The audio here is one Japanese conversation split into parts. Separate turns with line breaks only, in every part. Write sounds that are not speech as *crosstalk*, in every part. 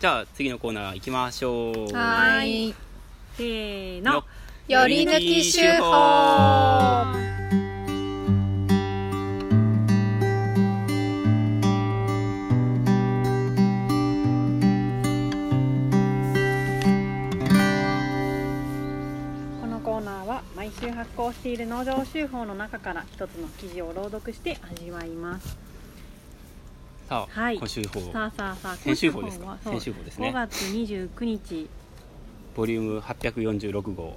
じゃあ次のコーナー行きましょう
はーい。
せー
の
の。
より抜き手法。
このコーナーは毎週発行している農場手法の中から一つの記事を朗読して味わいます。
さあ、
はい
今週法
さあさあさあ、
先週法ですか
今
先週
週
法です
はそう5
ね
月29日。
ボリューム846号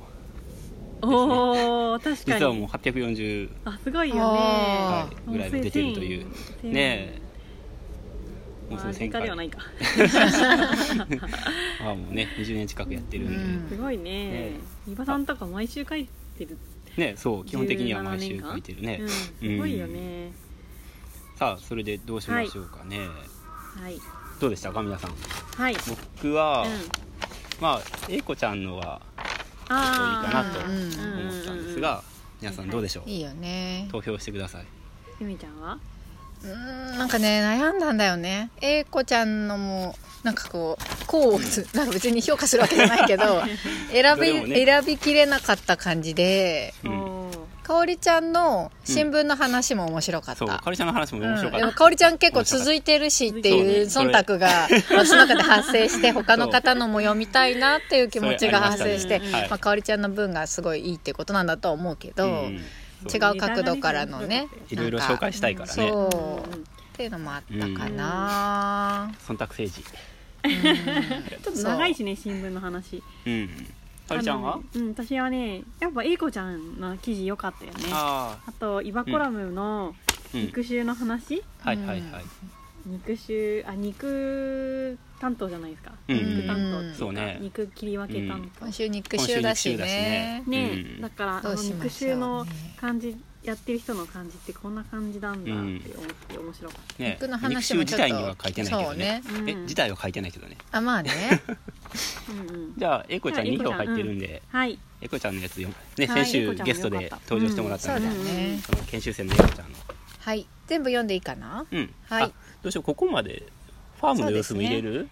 おお、確か
実はもう
に。
840
あ、すごいよね。
あ
ー
も
ぐらいも出てるという
1000
ねえ
まあ、
1000
実家ではな
*laughs*
いか。
あもうね20年近くやってるんで、
うん
すごいね
ね。
伊庭さんとか毎週書いてる。
ねそう基本的には毎
17
週
年間
書いてるね、
うん、すごいよね。
さあそれでどうしましょうかね、
はい。
どうでしたか皆さん
はい。
僕は、
うん
まあ英子ちゃんのは
あ
いい
あ
かなと
うんうん
うん
思ったんですが、皆さんどうでしょう、
いいよね。
投票してください
ゆみちゃんは
うーんなんかね悩んだんだよね英子ちゃんのもなんかこうこう *laughs* つなんか別に評価するわけじゃないけど
*laughs*
選
どれも
び、
ね
選びきれなかった感じで
うん
おー
かおりちゃんの新聞の話も面白かった、
そうかりちゃんの話も
うん
面白かっ
で
た、
もかおりちゃん結構続いてるしっていう
そうね
忖度が私の中で発生して他の方のも読みたいなっていう気持ちが発生し
それあ
て
りましたねはい
まあ、かおりちゃんの文がすごいいいってことなんだとは思うけど、
うん
違
そう
角度からのね
いろいろ紹介したいからね
そう
うん
っていうのもあったかな、
忖度政治
ち
ちょっと長いしね新聞の話
うんかおりちゃん
あ
は
のうん私はねやっぱ英子ちゃんの記事良かったよねあ
あ
とイバコラムの
あうん
肉臭の話、
はいはいはい
肉臭あ肉担当じゃないですか、
うん
肉担当っていうか
そうね
肉切り分け担当、
今週肉臭だしね
今週
ね
肉臭だしねうん
だからあ
ど
の
うしましょうね
肉臭の感じやってる人の感じってこんな感じなんだって思って面白かっ
ね
肉の
肉
話
臭
も
自
ちょっと
体には書いてないけどね
そうね
え自体は書いてないけどね
あまあね
た、うんうん
じゃあ英子ちゃん
じゃあ
2票入ってるんで
はい
英子ちゃんのやつ読むね
はい
先
英
週
子ちゃんも
ゲスト
よ
で
かった
登場してもらっ
そう
た
だ
んで
ね
その研修生の英子ちゃんの
はい全部読んでいいかな
うん
はい
あどうしようここまでファームの様子も入れる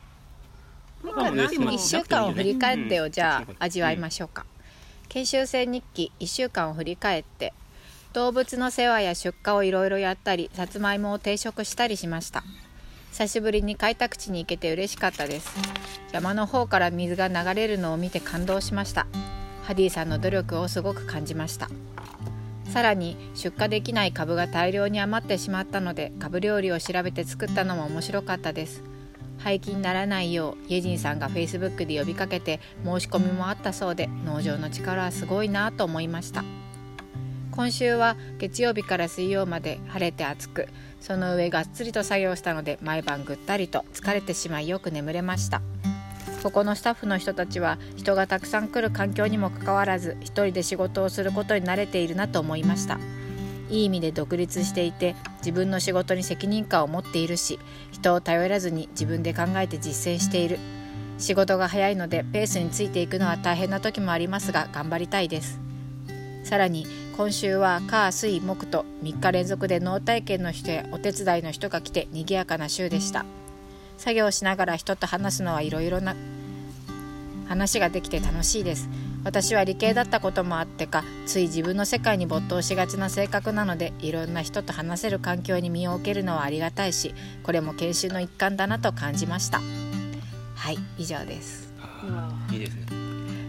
ま
あ
何
でも
1
も
週間を振り返って
う
を
ん
じゃあ味わいましょうか研修生日記1週間を振り返って動物の世話や出荷をいろいろやったりさつまいもを定食したりしました久しぶりに開拓地に行けて嬉しかったです山の方から水が流れるのを見て感動しましたハディさんの努力をすごく感じましたさらに出荷できない株が大量に余ってしまったので株料理を調べて作ったのも面白かったです廃棄にならないようイェジンさんが Facebook で呼びかけて申し込みもあったそうで農場の力はすごいなと思いました今週は月曜日から水曜まで晴れて暑くその上がっつりと作業したので毎晩ぐったりと疲れてしまいよく眠れましたここのスタッフの人たちは人がたくさん来る環境にもかかわらず一人で仕事をすることに慣れているなと思いましたいい意味で独立していて自分の仕事に責任感を持っているし人を頼らずに自分で考えて実践している仕事が早いのでペースについていくのは大変な時もありますが頑張りたいですさらに今週は火水木と3日連続で農体験の人やお手伝いの人が来て賑やかな週でした作業しながら人と話すのはいろいろな話ができて楽しいです私は理系だったこともあってかつい自分の世界に没頭しがちな性格なのでいろんな人と話せる環境に身を置けるのはありがたいしこれも研修の一環だなと感じましたはい以上です
あーいいですね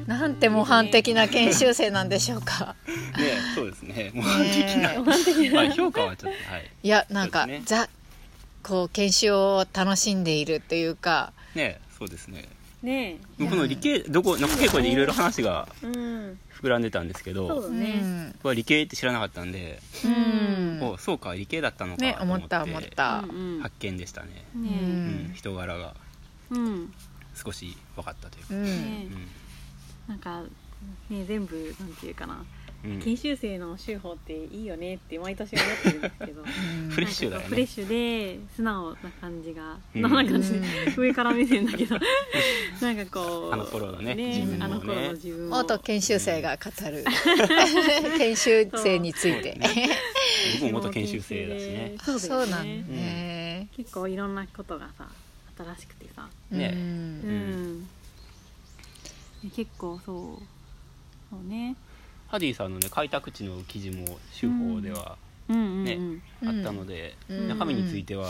なんて模範的な研修生なんでしょうか
ねそうですね模範的な
ね
まあ評価はちょっとはい
いやなんか、
そうですね
ザこう研修を楽しんでいるというか
ねそうですね
ね
僕の理系どこなんか結構でいろいろ話が
えうん
膨らんでたんですけ
そう
ど
だ
う
ね、
ん、
僕は理系って知らなかったんで、
う
お
ん
そうか理系だったのか
ね
と
思
思っ
ってた思った、
うん
発見でしたね、
うん
う
ね
うん
ん
人柄が
えうん
少し分かったという
う
か、
ん
ねえなんかね全部なんていうかな
うんうん
研修生の修法っていいよねって毎年思ってるんですけど
*laughs* フレッシュだよ
なんかこうフレ
ね
ッシュで素直な感じが
うん
素直な感じ
うん
上から目線
*laughs*
だけどなんかこう
あの頃のね
自
ね
分をね
あの頃の自分を
元研修生が語る *laughs* 研修生について
そう僕も元研修生だしね
そうだ
な
よ
んだ
ね
ね
結構いろんなことがさったらしくてさ、
ね
うん
うん
ん
で結構そうそうね
ハディさんのね開拓地の記事も州法では
うんうんうん、
ねあ
うん
ったので、
うん
中身については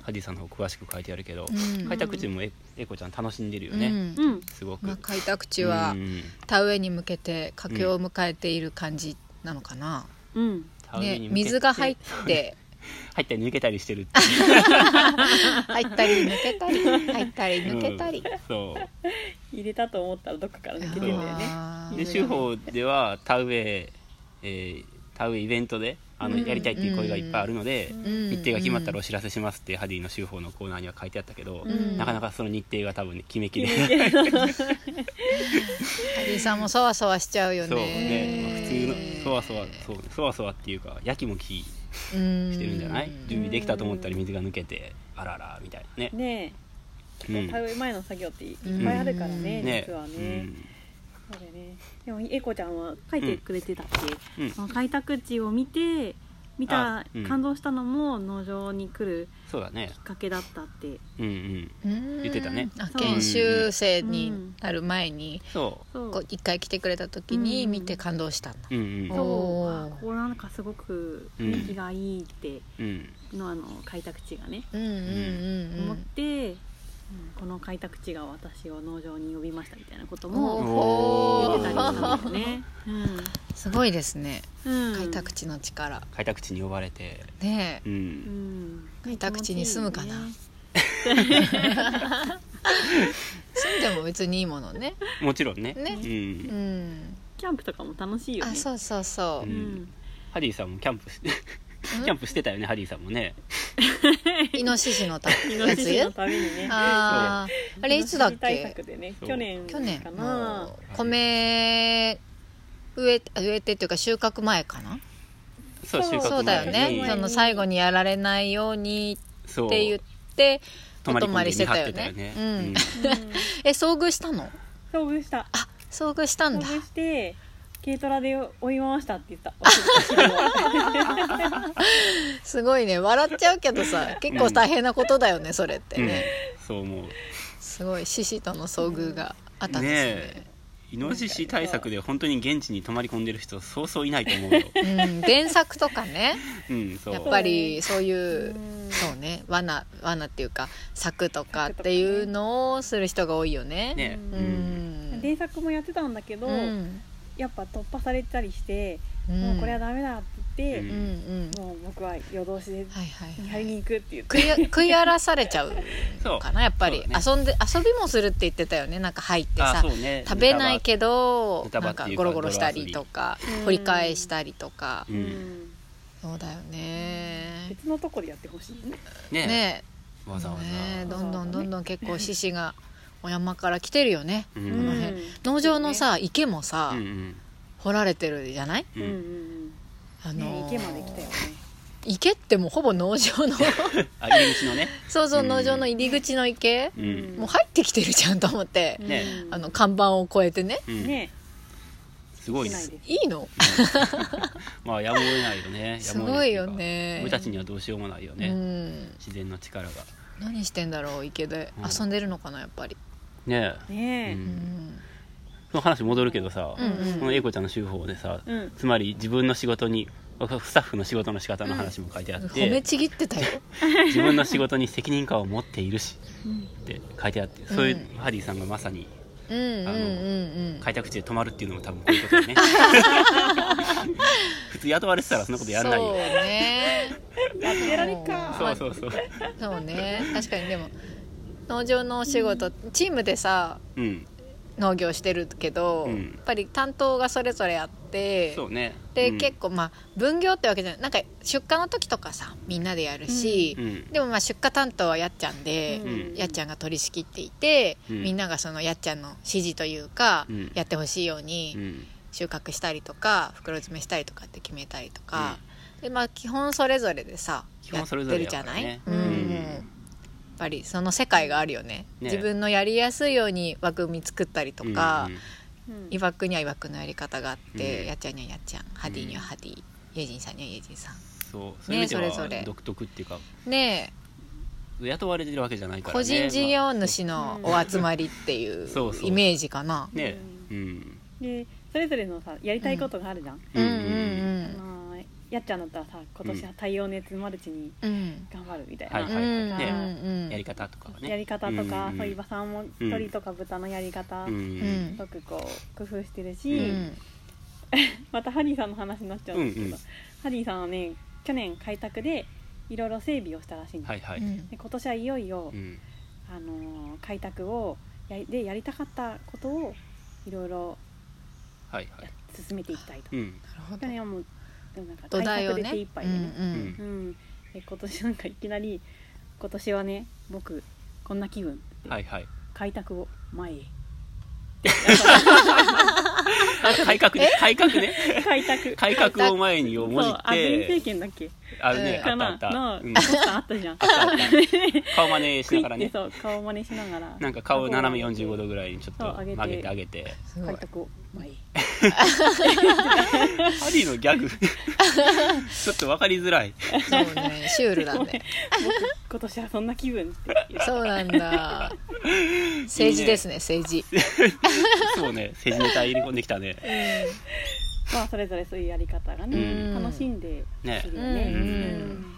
ハディさんの方詳しく書いてあるけど、
うん
開拓地もええこちゃん楽しんでるよね、
うん
うん
すごく。
まあ、開拓地は
うん
田植えに向けて佳境を迎えている感じなのかな、
うん
田植え
ね
に向けて
水が入って
入ったり抜けたりしてるっていう
入ったり抜けたり入ったり抜けたり、
うんそ
入れたと思ったらどっかから抜けてるんだよね
あ
う
ー
で州法では田植ええー田植えイベントであの、
うん
やりたいっていう声がいっぱいあるので、
うん
うん
日程が決まったらお知らせしますって、ハディの州法のコーナーには書いてあったけど、
うん
なかなかその日程が多分、ね、決めきれない、
う
ハリーさんもそわそわしちゃうよね
そうね、まあ普通のそわそわ
し
そうそわそわっていうかやきもき
て
してるんじゃない準備できたと思ったら
うん
水が抜けてあらあらみたいなね
んね
う
え
ん
田植え前の作業っていっぱいあるからね、
うん
ね
実はね、
うん
そうだねでもえこちゃんは書いてくれてたっけ、
うん
その開拓地を見て見た
あ、うん
感動したのも農場に来る
そうだね
きっかけだったって
うんうん
言
言ってたね
あ
そう
研修生になる前に
そ
そう
こう一回来てくれた時に見て感動したんだ
ううん
そ
うん
う
おー
あこうなんかすごく
うん
雰囲気がいいって
うん
のあの開拓地がね、
うんうんうんう
思っ
ん
て、うんこの開拓地が私を農場に呼びましたみたいなこと
お
も
お
言
ー
ってたりしたんだよね、
*laughs* すごいですね
うんうん、
開拓地の力
開拓地に呼ばれて
ね
う
うんん
開拓地に住むかな
気持ちいいよね
え住んでも別にいいものね
もちろんね
ね
う
うんん
キャンプとかも楽しいよね
あそうそうそううん
んハリーさんもキャンプしてキャンプしてたよねハリーさんもね
イノシシのた
*laughs* イノ
や
シシ
つ
のためにね
あーあれいつだっ
イノシシ対
け
策でね
そう
去年
去年
かな
の米植え植えてっていうか収穫前かな
そう
そう
収
そ
穫
うだよ
前
ね
に
その最後にやられないように
そう
って言って
泊まり込んで見張ってたよね
お泊まりしてたよねうん
うん
うん
え遭遇したの
遭遇した
あ遭遇したん
遭
だ
遇して軽トラで追い回したって言った
*laughs* *laughs* すごいね笑っちゃうけどさ結構大変なことだよねそれって
うん
ね
そう思う
すごい獅子との遭遇があったんです
ね
ね
イノシシ対策で本当に現地に泊まり込んでる人そうそういないと思う
*laughs*
よ
うん原作とかね
うんそう
やっぱりそういううんそうね罠罠っていうか柵とかっていうのをする人が多いよね
ね
う
うん
ん
原作もやってたんだけど、
うん
やっぱ突破されたりして、
うん
もうこれはダメだって言
う
っ
んうん
て、もう僕は夜通しで
はいはい
見張りに行くって言って
食い食い荒らされちゃうのかなやっぱり、
そ
遊んで遊びもするって言ってたよねなんか入って
あ
さ
そうね
食べないけど
ネタバ
な
ネタ
ん
バ
か
っていうか
ゴロゴロしたりとか
泥遊び
掘り返したりとか
う
うん
ん
そうだよね
別のとこでやってほしいね
ね
ね
わざわざ、
ねどんどんどんどん結構獅子がお山から来てるよね
うん
う
うんん
辺農場のさ池もさ、
うん
掘られてるじゃない
うん
うんうん
あ
うんね
のー
池まで来たよね
池ってもうほぼ農場
*laughs*
の
あ入り口のね
そうそう
うん
農場の入り口の池
う
うん
ん
もう入ってきてるじゃんと思って
ね
うん
あの看板を越えてね
うん
ね
すごいね
しないです
いいの
まあやむを得ないよね
すごい
や
よ
むを得ないっていう
ね
か俺たちにはどうしようもないよね、
うん
自然の力が
何してんだろう池で
うん
遊んでるのかなやっぱり、
ねえ
ね
う
うんん
その話戻るけどさ、
うんうん
その英子ちゃんの手法でさ、
うん
つまり自分の仕事にスタッフの仕事の仕方の話も書いてあっ
褒め
て、
ちぎってたよ
自分の仕事に責任感を持っているしって書いてあって、そういうハリーさんがまさに
うんうんうん
あの
うん
開拓地で泊まるっていうのも多分こういうことだね普通雇われてたらそんなことやらない
そう
よ
ね
やってられっか
そうそうそう
そうね確かにでも農場のお仕事、チームでさ
うん
農業してるけど、
うん
やっぱり担当がそれぞれあって
そうね
で、
うん
結構まあ分業ってわけじゃないなんか出荷の時とかさみんなでやるし、
うん
でもまあ出荷担当はやっちゃんで、
うん
やっちゃんが取り仕切っていて、
うん
みんながそのやっちゃんの指示というか、
うん
やってほしいように
うん
収穫したりとか袋詰めしたりとかって決めたりとか、でまあ基本それぞれでさ
基本それぞれ
やっ
や
て
か
る
ら
じゃない、
ね
うんやっぱりその世界があるよね
ね
自分のやりやすいように枠組み作ったりとか、
うん
うん
いわくにはいわくのやり方があって、
うん
やっちゃんにはやっちゃんハディにはハディ、イエジンさんにはイエジンさん
そうそういう意味で
それぞれ
は独特っていうか
ね
雇われてるわけじゃないからね
個人事
まあ
業主のお集まりっていう
そうそう
イメージかな
ねうん
でそれぞれのさやりたいことがあるじゃん、
うんうん
まあ、やっちゃんだったらさ今年は太陽熱マルチに
うんうん
頑張るみたいな、
はいはいはい
ね
うんうん
やり方とかはね
やり方とか、
うん
そういう馬さんも
うん
鳥とか豚のやり方、
うん
うん
すごくこう工夫してる
う
し、
ん
またハリーさんの話になっちゃうんですけど、
うんうん
ハリーさんはね去年開拓でいろいろ整備をしたらしいんです、
はいは
う
い
ん
で今年はいよいよ、
うん
あのー開拓をやりでやりたかったことをいろいろ
はいはい
進めていきたいと、
うん
なるほ
去
ど
年はもうなんか
土
開
台を
拓で
ね
手一杯でね
うんうん
うん
うんで今年なんかいきなり今年はね僕こんな気分
はいはい
開拓を前
*laughs*
へ
あ改革ね改革ね
開拓
改革を前にをもじ
そ
っ
う安倍
て
政権だっけ
あるね
うん
あ
か
ったあ
な
った
の
うん
ポスターあったじゃん
あったあった顔真似し
クイ
ながら
ッて
ね
*laughs* そう顔真似しながら
なんか顔斜め45度ぐらいにちょっと
そう上げて
曲げてあげて
すごい
開拓を前へ
ハリーのギャグちょっと分かりづらい
そうねシュールだね
僕今年はそんな気分って言って
そうなんだ政治ですね政治
そうね政治ネタ入り込んできたね
まあそれぞれそういうやり方が
う
ね
ん
楽しんで
ね
するよね
うん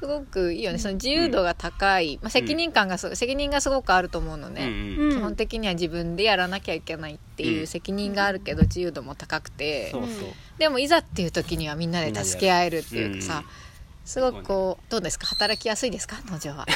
すごくいいよねその自由度が高い、まあ、責任感がすご責任がすごくあると思うの
うん
ね、
うん
うん
基本的には自分でやらなきゃいけないっていううん責任があるけど自由度も高くて、
そうそう
でもいざっていう時にはみんなで助け合えるっていうかさ、
うん
すごくこうどうですか働きやすいですか農場は。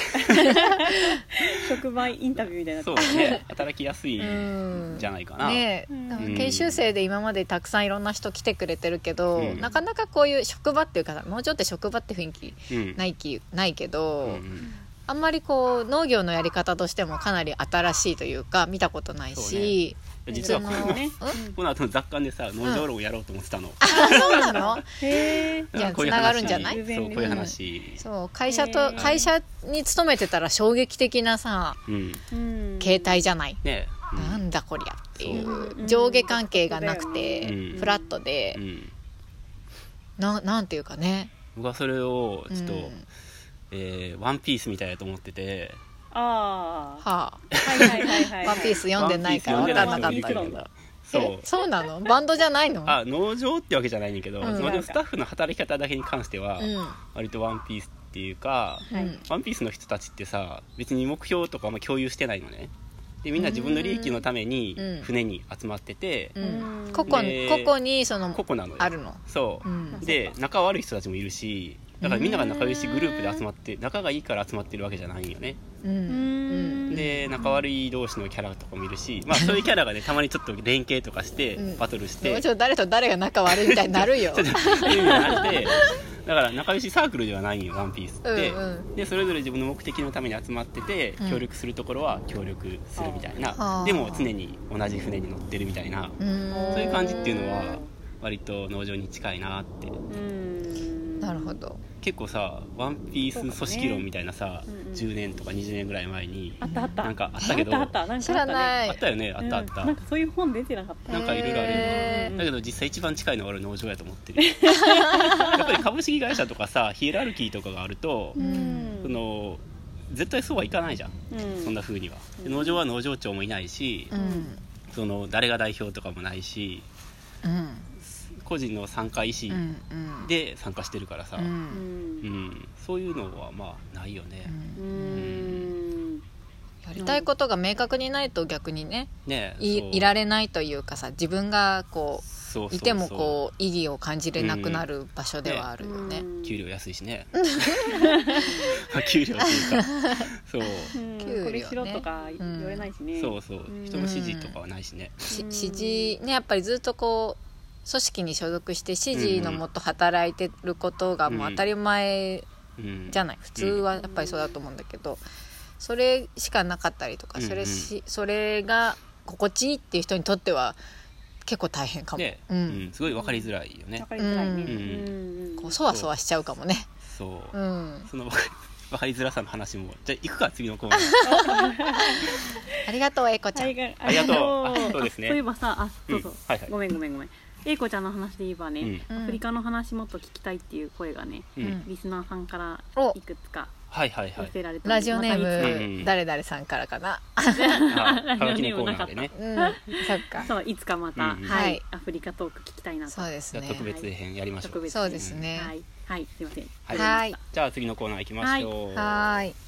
職場インタビューみたいな
そうだ
*laughs*
ね働きやすい
うん
じゃないかな
ねえ
うん
だから研修生で今までたくさんいろんな人来てくれてるけど、
うん
なかなかこういう職場っていうかさ農場って職場って雰囲気
うん
ないきないけど、
うんうん
あんまりこう農業のやり方としてもかなり新しいというか見たことないし、
実はこ
そ
の
の
ね
ん
この後の雑感でさ農場論やろうと思ってたの
あそうなの
へえ
じゃあ
こういう話
繋がるんじゃない
そうこういう話
そう会社
へ
と
ー
会社に勤めてたら衝撃的なさ
うん
携帯じゃない、
ねうん
なんだこりゃってい
そう
う上下関係がなく
う
て
ん
フラットで、
うん
ななんていうかね
僕はそれをちょっと
うん
えーワンピースみたいだと思ってて
あ
は
あはいはいはいは
あ「
い
ワンピース読んでないから
ワン
分
ピ
か
ー
ん
ス読んで
なかった
ない
け
けど
ど
分かんな
そう
そうなのバンドじゃないの
あ農場ってわけじゃないんだけど、
うん
農場スタッフの働き方だけに関しては、
うん
割とワンピースっていうか、
う
はい
ん
ワンピースの人たちってさ別に目標とかあんま共有してないのねでみんな自分の利益のために
うん
船に集まってて、
うん
うん
個々
で
に個々にその
個々なのよ
あるの
そうう、
ん
で仲悪い人たちもいるしだからみんなが仲良しグループで集まって仲がいいから集まってるわけじゃないよね
うんうん
で仲悪い同士のキャラとかもいるし、まあ、そういうキャラがねたまにちょっと連携とかして
うん
バトルして、
もうちょっと誰と誰が仲悪いみたいになる
*laughs*
よ
っていうのがあってだから仲良しサークルではないんよワンピースって、
うんう
でそれぞれ自分の目的のために集まってて
うん
協力するところは協力するみたいな、
あー
でも常に同じ船に乗ってるみたいな、
うん
そういう感じっていうのは割と農場に近いなって
うん
なるほど
結構さ「ワンピース組織論みたいなさ、
そうかねうんうん
10年とか20年ぐらい前に
あったあった
なんかあったけど
あったあったなんかあったね
知ら
い
な
あ
い
ったよねあったあった、
なんかそういう本出てなかっ
なんかいろいろあるよな
へ
だけど実際一番近いのは俺農場やと思って
*laughs*
るやっぱり株式会社とかさヒエラルキーとかがあると
た
うん
その絶対そうはいかないじゃん、
うん
そんな風にはで
うん
農場は農場長もいないし、
うん
その誰が代表とかもないし
うん
個人の参加意
う
思
んうん
で参加してるからさ、
う
うん
うんん
そういうのはまあないよね、
うん
うん
やりたいことが明確にないと逆にね
ねえそう
いいられないというかさ自分がこ
そうそう
う
そう
いてもこう意義を感じれなくなる場所ではあるよね。
給料安いし
*laughs*
ねまあ給料っていうかそう
うん
給料ね
これしろとか言われないしね
そうそう
うん
人の指示とかはないしね、
し
うん
支持ねやっぱりずっとこう組織に所属して支持のもと働いてることがもう当たり前
うん、
じゃない普通はやっぱりそうだと思うんだけどそれしかなかったりとかそれしそれが心地いいっていう人にとっては結構大変かも。
ね、
う
うんん、すごい分かりづらいよね
わかりづらいね
うん
うん
こうそわそわしちゃうかもね。
そう、
うん
その分かり分かりづらさの話もじゃあ行くか次のコ
*laughs*
ーナー
ありがとう、英子ちゃ
は
ん。
い
ありがとうあそうですね
あそういえばさあそうそう
うんはいはい
ごめんごめんごめん英子ちゃんの話で言えばね
うん
アフリカの話もっと聞きたいっていう声がね
うん
うん
リスナーさんから
お
いくつか
はいはいは
寄
い
せられたので
ラジオネ
またい
うん
ーム誰々さんからかな
*laughs*
あ
ラ
カラ
ジオ
キ
ネ
ネ
ー
コ
ム
ーナ
なか
ー
った
でね
うんそっか
つそういつかまた、
うん
は
はいい、
アフリカトーク聞きたいなと
そうですね
特別編やりましょう
特別
そうですね
はい、はい、すいません
はい
はい
じゃあ次のコーナー行きましょう
はーい